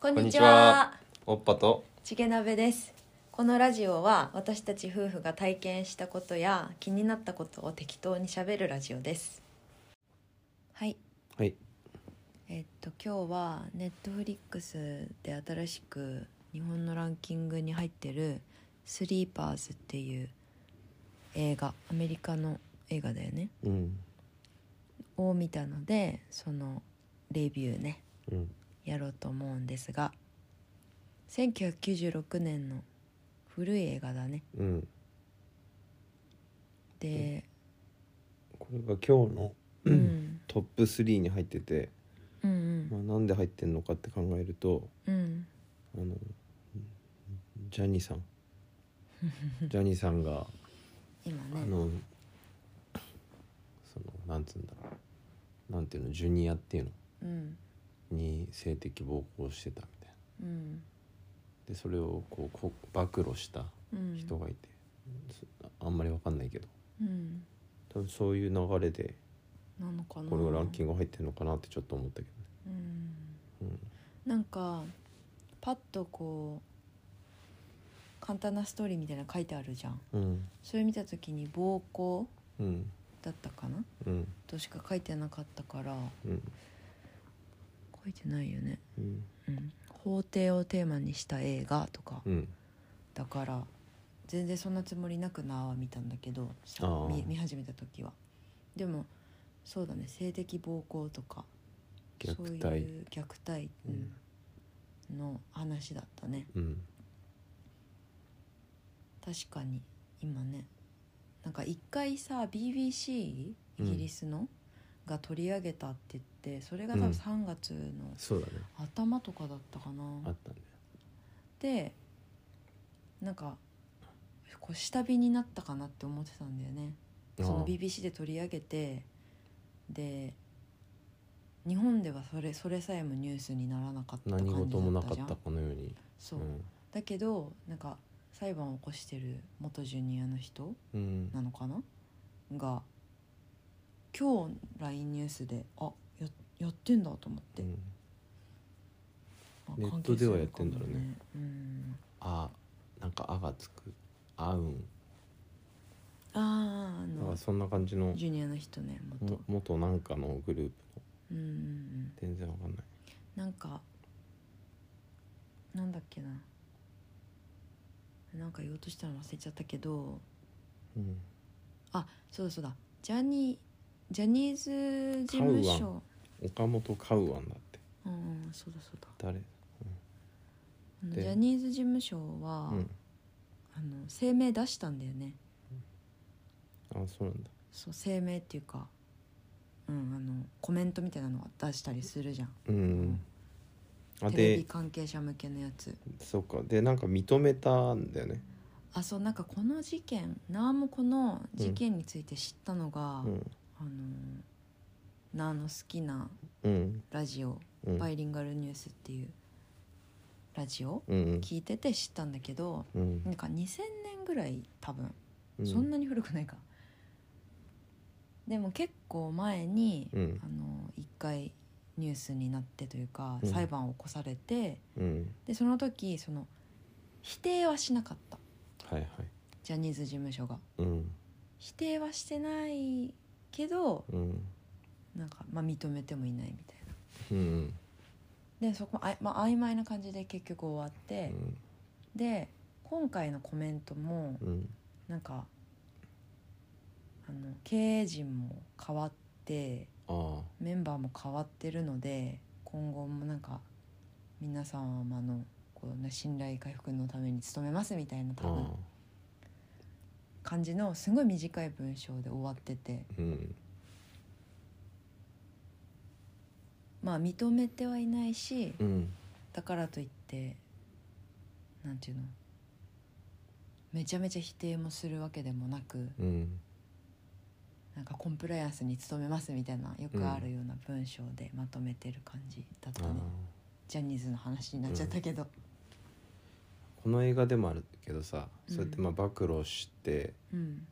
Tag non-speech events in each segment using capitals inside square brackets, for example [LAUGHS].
こんんににちちはは。おっぱとちげなべです。このラジオは私たち夫婦が体験したことや気になったことを適当にしゃべるラジオです。はい。はいえっと今日はネットフリックスで新しく日本のランキングに入ってる「スリーパーズ」っていう映画アメリカの映画だよねうんを見たのでそのレビューねうんやろうと思うんですが1996年の古い映画だねうんで、これが今日のうん、トップ3に入ってて、うんうんまあ、なんで入ってんのかって考えるとうんあのジャニーさんジャニーさんが今あねのそのなんつうんだろうなんていうのジュニアっていううんのに性的暴行をしてたみたいなうんでそれをこうこう暴露したうん人がいて、あんまりわかんないけどうん多分そういう流れでなのかなこれがランキング入ってるのかなってちょっと思ったけうんどね、なんかパッとこう簡単なストーリーみたいなの書いてあるじゃんうん、うんそれ見た時に暴行うんだったかなうんとしか書いてなかったからうん書いてないよねうんうん、法廷をテーマにした映画とかうんだから全然そんなつもりなくなは見たんだけどさあー見見始めた時はでもそうだね性的暴行とか虐そう待いう虐待、うんの話だったねうん確かに今ねなんか一回さ BBC イうんギリスの、が取り上げたって言ってそれが多う分ん3月のそうだね頭とかだったかな、あったねでなんかこう下火になったかなって思ってたんだよねそのあー BBC で取り上げてで日本ではそれそれさえもニュースにならなかった感何じだ事もなっかたっじゃんたかのようにそう、だけどなんか裁判を起こしてる元ジュニアの人うんうんなのかなが今日 LINE ニュースであややってんだと思って、うんあネッ関ト係すでるはのやってんだろうねかもうんあなんか「あ」がつく「あうんあああ」なんのかそんな感じのジュニアの人ねもっとも元なんかのグループうんのうんうん全然わかんないなんかなんだっけななんか言おうとしたの忘れちゃったけどうんそうだそうだジャニージャニーズ事務所岡本カウアンだってうんうんそうだそうだ誰あのジでャニーズ事務所は、うんあの声明出したんだよねあそうなんだそう声明っていうかうんあのコメントみたいなのは出したりするじゃんうんあテレでビ関係者向けのやつそうかでなんか認めたんだよねあそうなんかこの事件なーもこの事件について知ったのが、うんあのなあの好きなうんラジオうんバイリンガルニュースっていうラジオうん聞いてて知ったんだけどうんなんか2000年ぐらい多分うそんなに古くないか、でも結構前に、うんあの一回ニュースになってというかうん裁判を起こされて、うんでその時その否定はしなかったはいはいジャニーズ事務所がうん否定はしてないけどうんなんか、まあ、認めてもいないみたいな。うんでそこあい、まあ、曖昧な感じで結局終わっうて、んで今回のコメントもうんなんかあの経営陣も変わってあメンバーも変わってるので今後もなんか皆様のこう、ね、信頼回復のために努めますみたいなあ多あ分あ感じのすごい短い文章で終わっててうんまあ認めてはいないしうんだからといってなんていうのめちゃめちゃ否定もするわけでもなくうんなんかコンプライアンスに努めますみたいなよくあるような文章でまとめてる感じだったあね、あジャニーズの話になっちゃったけど、この映画でもあるけどさうんそうやってまあ暴露してうん、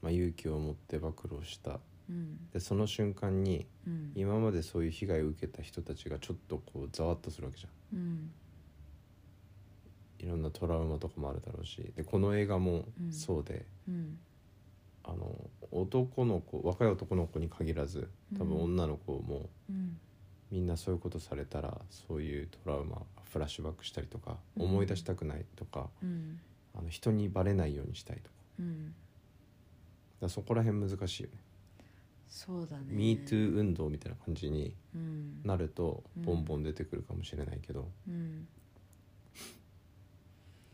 まあ勇気を持って暴露したうんでその瞬間にうん今までそういう被害を受けた人たちがちょっとこうざわっとするわけじゃんうんいろんなトラウマとかもあるだろうしでこの映画もうんそうで、うんあの男の子若い男の子に限らず多分うん女の子もうんみんなそういうことされたらそういうトラウマフラッシュバックしたりとかうん思い出したくないとか、うんあの人にバレないようにしたいとかだうんからそこら辺難しいよね。そうだね MeToo 運動みたいな感じにうんなるとうんボンボン出てくるかもしれないけど、うん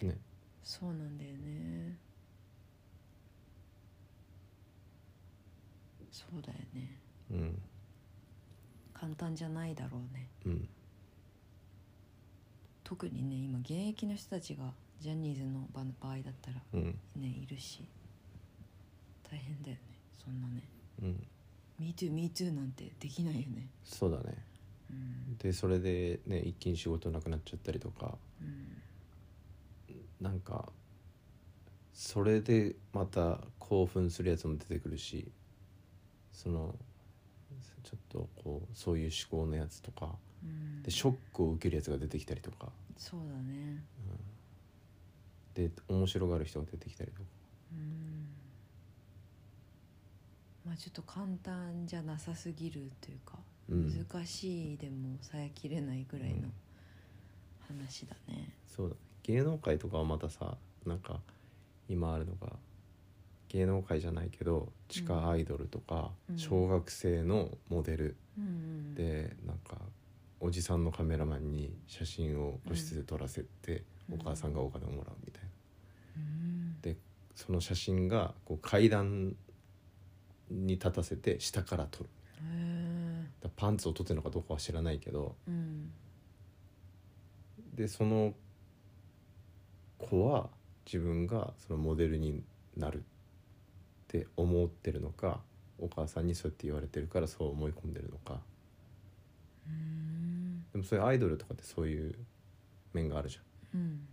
ねそうなんだよねそうだよねうん簡単じゃないだろうねうん特にね今現役の人たちがジャニーズの場場合だったらうんねいるし大変だよねそんなねうん「MeTooMeToo」なんてできないよねそうだねうんでそれでね一気に仕事なくなっちゃったりとかうんなんかそれでまた興奮するやつも出てくるしそのちょっとこうそういう思考のやつとかうんでショックを受けるやつが出てきたりとかそうだねで面白がる人が出てきたりとかうんまあちょっと簡単じゃなさすぎるというかうん難しいでも抑えきれないぐらいの話だねそうだね芸能界とかはまたさなんか今あるのが芸能界じゃないけど地下アイドルとかうん小学生のモデルうんうんでなんかおじさんのカメラマンに写真を個室で撮らせて、うんお母さんがお金をもらうみたいなうんでその写真がこう階段に立たせて下から撮るへえだからパンツを撮ってるのかどうかは知らないけどうんでその子は自分がそのモデルになるって思ってるのかお母さんにそうやって言われてるからそう思い込んでるのかうんでもそういうアイドルとかってそういう面があるじゃん。うん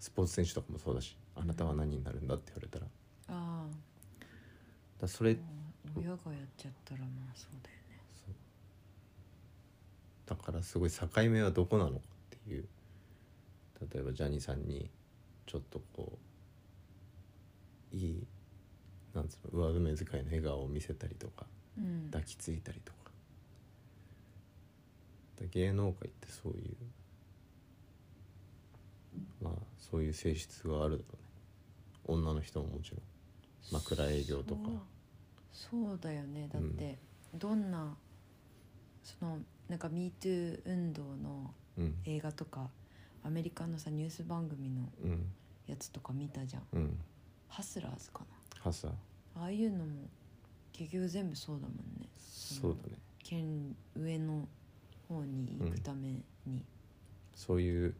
スポーツ選手とかもそうだしあなたは何になるんだって言われたらだかああらそれうん親がやっちゃったらまあそうだよねそうだからすごい境目はどこなのかっていう例えばジャニーさんにちょっとこういいなんつうの上目遣いの笑顔を見せたりとかうん抱きついたりとかだ芸能界ってそういうまあそういう性質があるだろうね女の人ももちろん枕営業とかそうそうだよねだっうんて、どんなそのなんか「MeToo」運動のうん映画とかアメリカのさニュース番組のうんやつとか見たじゃんうん「ハスラーズ」かはさなああいうのも結局全部そうだもんねそうだね県上の方に行くために、そういう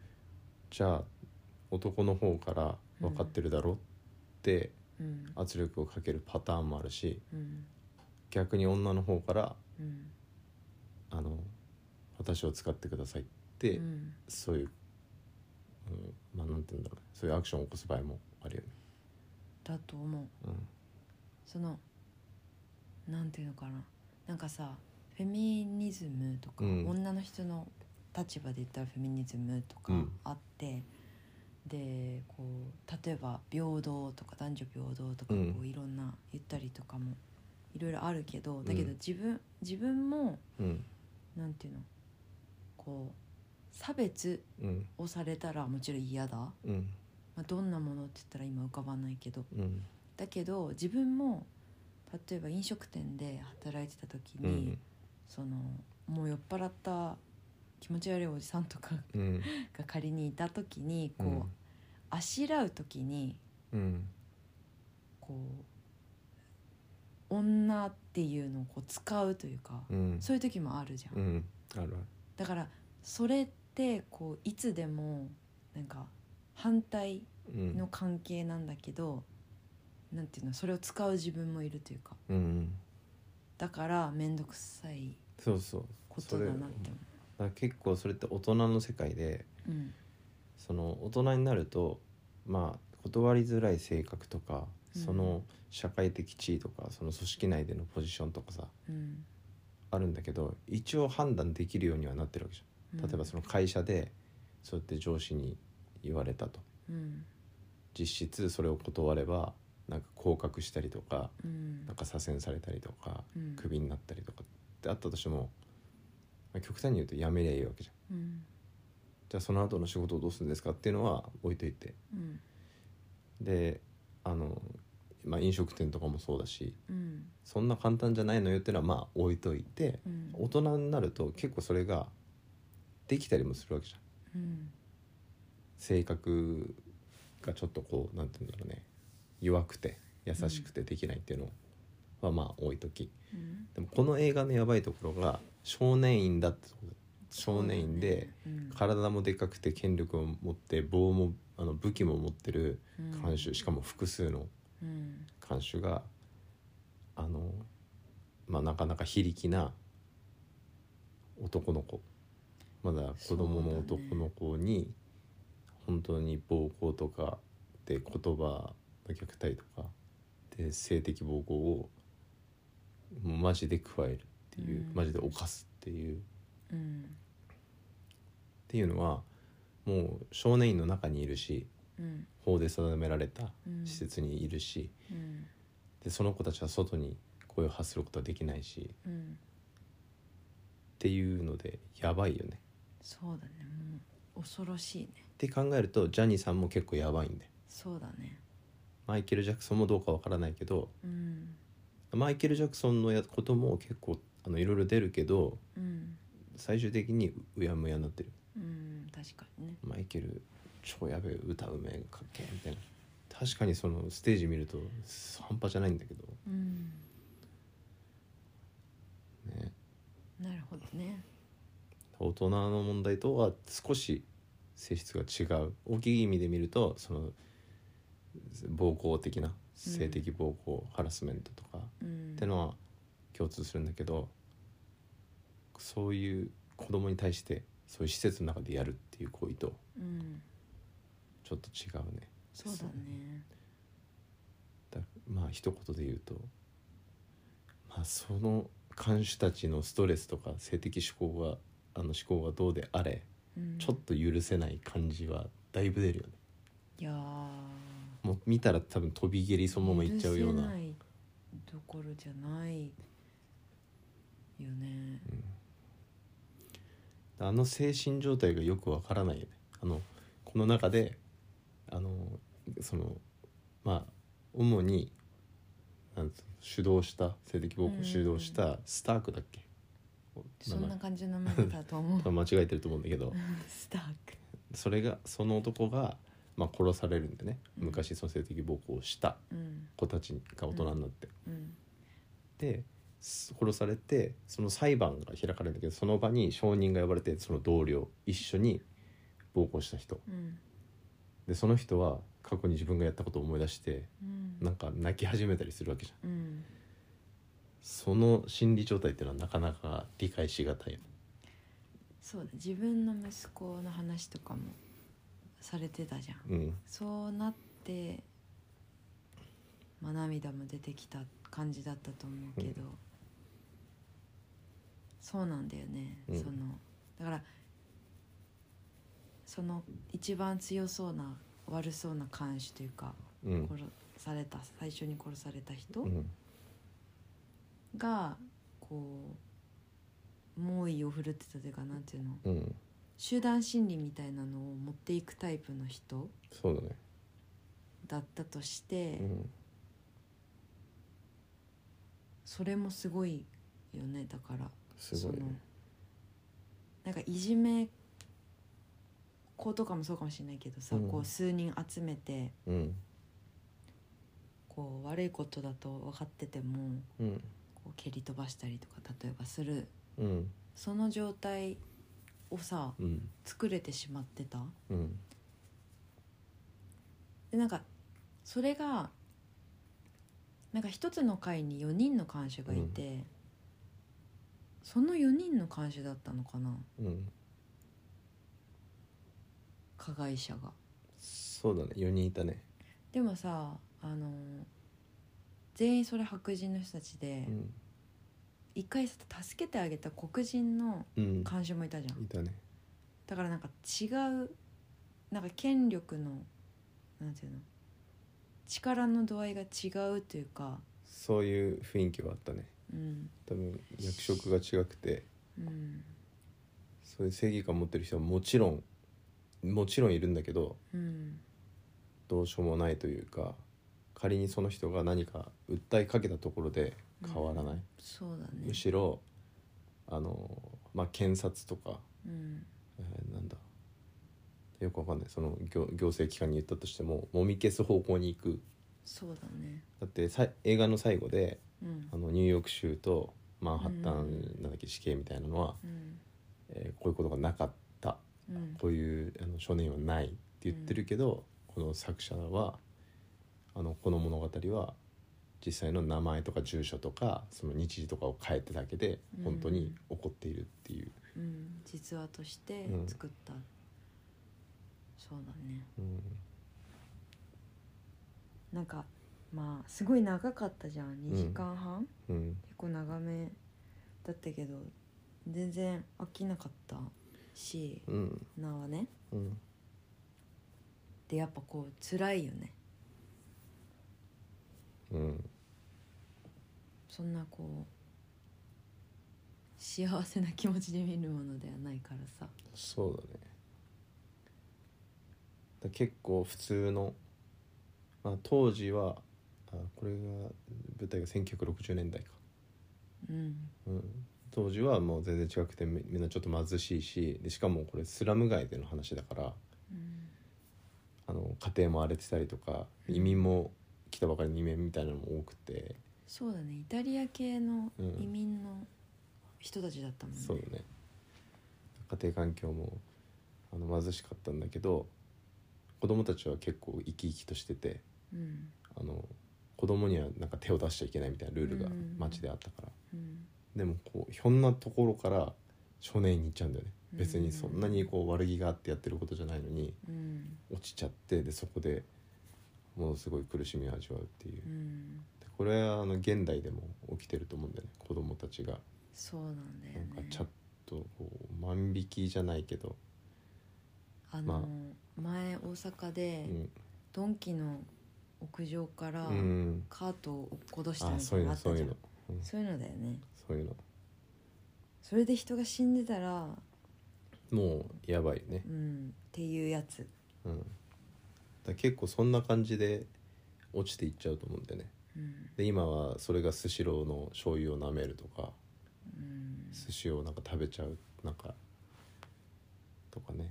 じゃあ男の方から分かってるだろってうん圧力をかけるパターンもあるしうん逆に女の方からうんあの私を使ってくださいって、うんそういう、うん、まあなんて言うんだろうねそういうアクションを起こす場合もあるよね。だと思ううんそのなんていうのかななんかさフェミニズムとか、うん女の人の立場で言ったらフェミニズムとかうんあって、でこう例えば平等とか男女平等とかこうんういろんな言ったりとかもいろいろあるけどだけうんど自分自分もうんなんていうのこう差別うんをされたらもちろん嫌だ、まうんあ、どんなものって言ったら今浮かばないけどうんだけど自分も例えば飲食店で働いてた時うに、んそのもう酔っ払った気持ち悪いおじさんとかうんが仮にいた時にこう、うんあしらう時にうんこう女っていうのをこう使うというか、うんそういう時もあるじゃん。うんあるあるだからそれってこういつでもなんか反対うんの関係なんだけど、なんていうのそれを使う自分もいるというかうんうんだから面倒くさいそうそうことだなって思だから結構それって大人の世界でう。うん、その大人になるとまあ断りづらい性格とか、うんその社会的地位とかその組織内でのポジションとかさうんあるんだけど一応判断できるようにはなってるわけじゃん。例えばその会社でそうやって上司に言われたと、うん実質それを断ればなんか降格したりとかうんなんか左遷されたりとかうんクビになったりとかってあったとしてもまあ極端に言うとやめりゃいいわけじゃんうんじゃあその後の仕事をどうするんですかっていうのは置いといてうんであの、まあ、飲食店とかもそうだしうんそんな簡単じゃないのよっていうのはまあ置いといてうん大人になると結構それができたりもするわけじゃんうん性格がちょっとこうなんて言うんだろうね弱くて優しくてできないっていうのはまあ置いときうんでもこの映画のやばいところが少年院だってとこ少年院でうん体もでかくて権力を持って棒もあの武器も持ってるうん看守しかも複数のうん看守があの、まあ、なかなか非力な男の子まだ子供のそうだね男の子に本当に暴行とかで言葉の虐待とかで性的暴行をもうマジで加えるっていう、うんマジで犯すっていうっうんていうのはもう少年院の中にいるしうん法で定められたうん施設にいるし、うんでその子たちは外に声を発することはできないしっうんていうのでやばいよねそうだねもう恐ろしいねって考えるとジャニーさんも結構やばいんでそうだねマイケル・ジャクソンもどうかわからないけどうんマイケル・ジャクソンのやことも結構あのいろいろ出るけどうん最終的にうやむやになってるうん確かにねマイケル超やべえ歌うめえかっけえみたいな確かにそのステージ見ると半端じゃないんだけどうんねなるほどね大人の問題とは少し性質が違う大きい意味で見るとその暴行的な性的暴行、ハラスメントとかっうんてのは共通するんだけどそういう子供に対してそういう施設の中でやるっていう行為とうんちょっと違うねそうだねだまあ一言で言うと、まあ、その看守たちのストレスとか性的思考があの思考がどうであれうんちょっと許せない感じはだいぶ出るよねいやーもう見たら多分飛び蹴りそのままいっちゃうような許せいどころじゃないよねあの精神状態がよくわからないよねあのこの中であのそのまあ主になんつうの主導した性的暴行を主導したスタークだっけ、そん名な前感じの名前だと思う多分間違えてると思うんだけど [LAUGHS] スタークそれがその男が、まあ、殺されるんでねうん昔その性的暴行をしたうん子たちが大人になって、うんです殺されてその裁判が開かれるんだけどその場に証人が呼ばれてその同僚一緒に暴行した人うんでその人は過去に自分がやったことを思い出してうんなんか泣き始めたりするわけじゃんうんその心理状態っていうのはなかなか理解しがたいそうだ自分の息子の話とかもされてたじゃんうんそうなって、まあ、涙も出てきた感じだったと思うけど、そうなんだよね、うんそのだからその一番強そうな悪そうな看守というかうん殺された最初に殺された人うんがこう猛威を振るってたというかなんていうのうん集団心理みたいなのを持っていくタイプの人そうだねだったとして。うんそれもすごいよねだからすごいねなんかいじめ子とかもそうかもしれないけどさ、うんこう数人集めてうんこう悪いことだと分かっててもうんこう蹴り飛ばしたりとか例えばするうんその状態をさうん作れてしまってたうんでなんかそれがなんか一つの会に4人の看守がいて、その4人の看守だったのかなうん加害者が。そうだね4人いたねでもさあの全員それ白人の人たちでうん一、回さ助けてあげた黒人のうん看守もいたじゃんいたねだからなんか違うなんか権力のなんていうの力の度合いが違うというかそういう雰囲気はあったねうん多分役職が違くてうんそういう正義感持ってる人はもちろんもちろんいるんだけどうんどうしようもないというか仮にその人が何か訴えかけたところで変わらない、そうだねむしろあのまあ検察とか、うんえーなんだよくわかんないその行行政機関に言ったとしてももみ消す方向に行くそうだねだってさ映画の最後でうんあのニューヨーク州とマンハッタンなんだっけ死刑みたいなのは、うんえーこういうことがなかったうんこういうあの少年はないって言ってるけど、この作者はあのこの物語は実際の名前とか住所とかその日時とかを変えただけでうん本当に起こっているっていう、うん実話として作った、そうだねうんなんかまあすごい長かったじゃん2時間半、うん結構長めだったけど全然飽きなかったしうんなはねうん、でやっぱこう辛いよねうん、そんなこう幸せな気持ちで見るものではないからさそうだねだ結構普通の、まあ、当時はあこれが舞台が1960年代かうんうん、当時はもう全然違くてみみんなちょっと貧しいしでしかもこれスラム街での話だからうんあの家庭も荒れてたりとか移民も来たばかりの移民みたいなのも多くて、そうだねイタリア系のうん移民の人たちだったもんね、そうだね家庭環境もあの貧しかったんだけど子供たちは結構生き生きとしててうんあの子供にはなんか手を出しちゃいけないみたいなルールがうん街であったから、うんでもこうひょんなところから少年院に行っちゃうんだよねうん別にそんなにこう悪気があってやってることじゃないのに。うん落ちちゃってでそこでものすごい苦しみを味わうっていう、うでんこれはあの現代でも起きてると思うんだよね子供たちがそうなんだよなんかねちょっとこう万引きじゃないけど、あの、前大阪でうんドンキの屋上からうん、カートを落っことしたあみたそいういなのあうのったそういじゃうんの、うん、そういうのだよねそういうのそれで人が死んでたらもうやばいねう、んっていうやつうん、だから結構そんな感じで落ちていっちゃうと思うんだよねうんで今はそれがスシローの醤油を舐めるとかうん寿司をなんか食べちゃうなんかとかね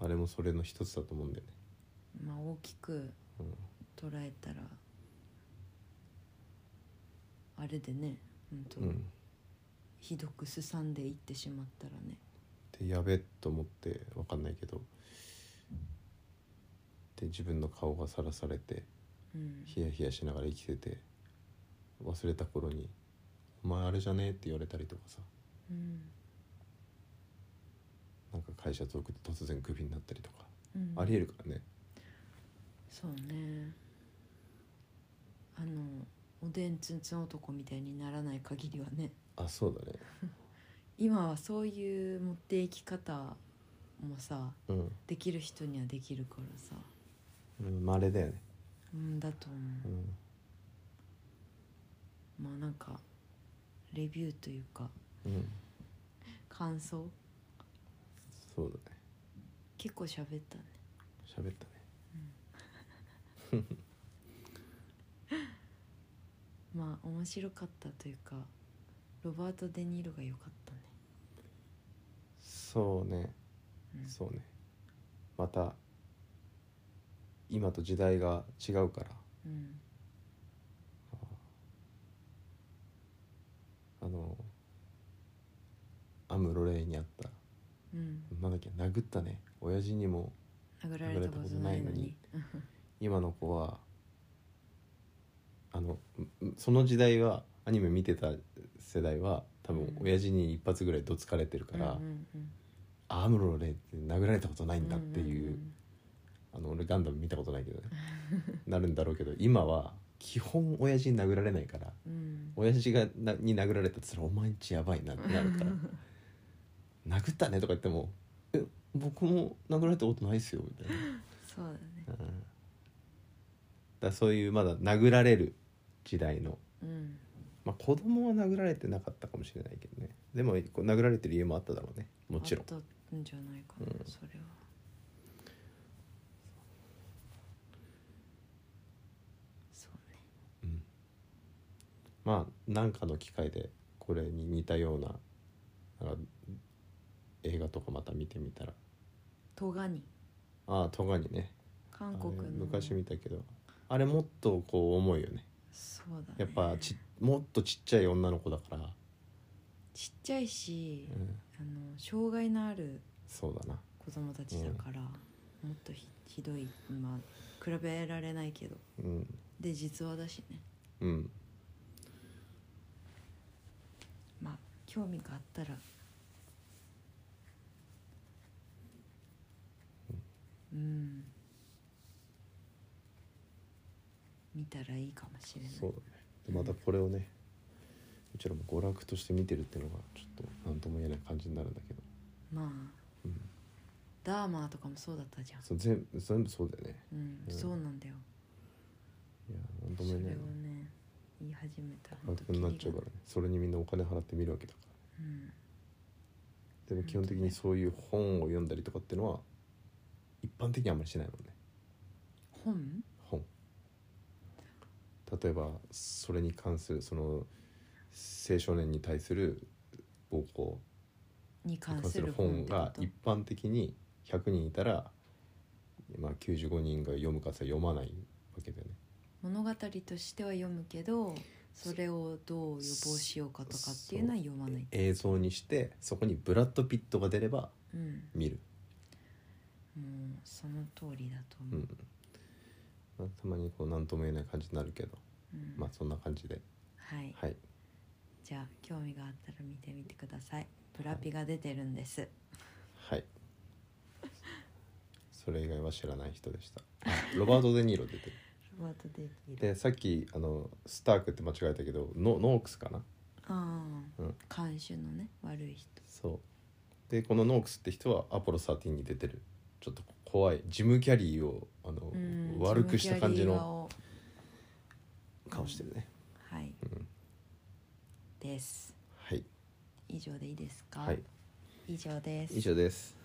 あれもそれの一つだと思うんだよねまあ大きくうん捉えたらあれでね本当、うん、ひどくすさんでいってしまったらねでやべっと思ってわかんないけどで自分の顔がさらされてうんヒヤヒヤしながら生きてて忘れた頃に「お前あれじゃねえ」って言われたりとかさうんなんか会社送って突然クビになったりとかうんありえるからねそうねあのおでんつんつん男みたいにならない限りはねあそうだね今はそういう持っていき方もさうんできる人にはできるからさうんまれだよねうんだと思ううんまあなんかレビューというかうん感想そうだね結構喋ったね喋ったねまあ面白かったというかロバート・デ・ニーロが良かったねそうねうんそうねまた今と時代が違うからうんあのアムロレイにあったうんなんだっけ殴ったね親父にも殴られたことないのに今の子はあのんんその時代はアニメ見てた世代は多分うん親父に一発ぐらいどつかれてるから、うんうんあアムロレイって殴られたことなういんんだっていう,、んんあの俺ガンダム見たことないけどねなるんだろうけど今は基本親父に殴られないからうん親父がなに殴られたって言ったら「お前んちやばいな」ってなるから「 [LAUGHS] 殴ったね」とか言っても「え僕も殴られたことないっすよ」みたいそうだねな、うんだからそういうまだ殴られる時代のうんまあ子供は殴られてなかったかもしれないけどねでもこう殴られてる理由もあっただろうねもちろんあったんじゃないかな、うんそれはそうねまあ何かの機会でこれに似たようななんか映画とかまた見てみたらトガニああ戸にね韓国あれの昔見たけどあれもっとこう重いよねそうだねやっぱちもっとちっちゃい女の子だから、ちっちゃいしう、ん、あの障害のあるそうだな子供たちだから、もっとひひどいまあ比べられないけどうんで実話だしねうんまあ興味があったらうん見たらいいかもしれないそうだねでまたこれをねうちらも娯楽として見てるっていうのがちょっと何とも言えない感じになるんだけどまあ、ダーマーとかもそうだったじゃんそう全部全部そうだよねうん、うんそうなんだよいや何それともを言えないねね言い始めたら娯楽になっちゃうからねそれにみんなお金払って見るわけだかうんらでも基本的にそういう本を読んだりとかっていうのは一般的にあんまりしないもんね本本例えばそれに関するその青少年に対する暴行にに関関すするる本っ本てこがと一般的に100人いたら、まあ、95人が読むかさ読まないわけだよね。物語としては読むけどそれをどう予防しようかとかっていうのは読まない映像にしてそこにブラッド・ピットが出ればうん見る、もうその通りだと思うう、んまあたまにこう何とも言えない感じになるけど、うんまあそんな感じではいはいじゃあ興味があったら見てみてくださいブラピが出てるんですはいそれ以外は知らない人でしたあロバート・デ・ニーロ出てるロバート・デ・ニーロでさっきあのスタークって間違えたけどノノークスかなああ、うん監修のね悪い人そうでこのノークスって人はアポロ13に出てるちょっと怖いジム・キャリーをあの、うん悪くした感じジムキャリーの顔顔してるね、はい、うんですはい以上でいいですか、はい以上です以上です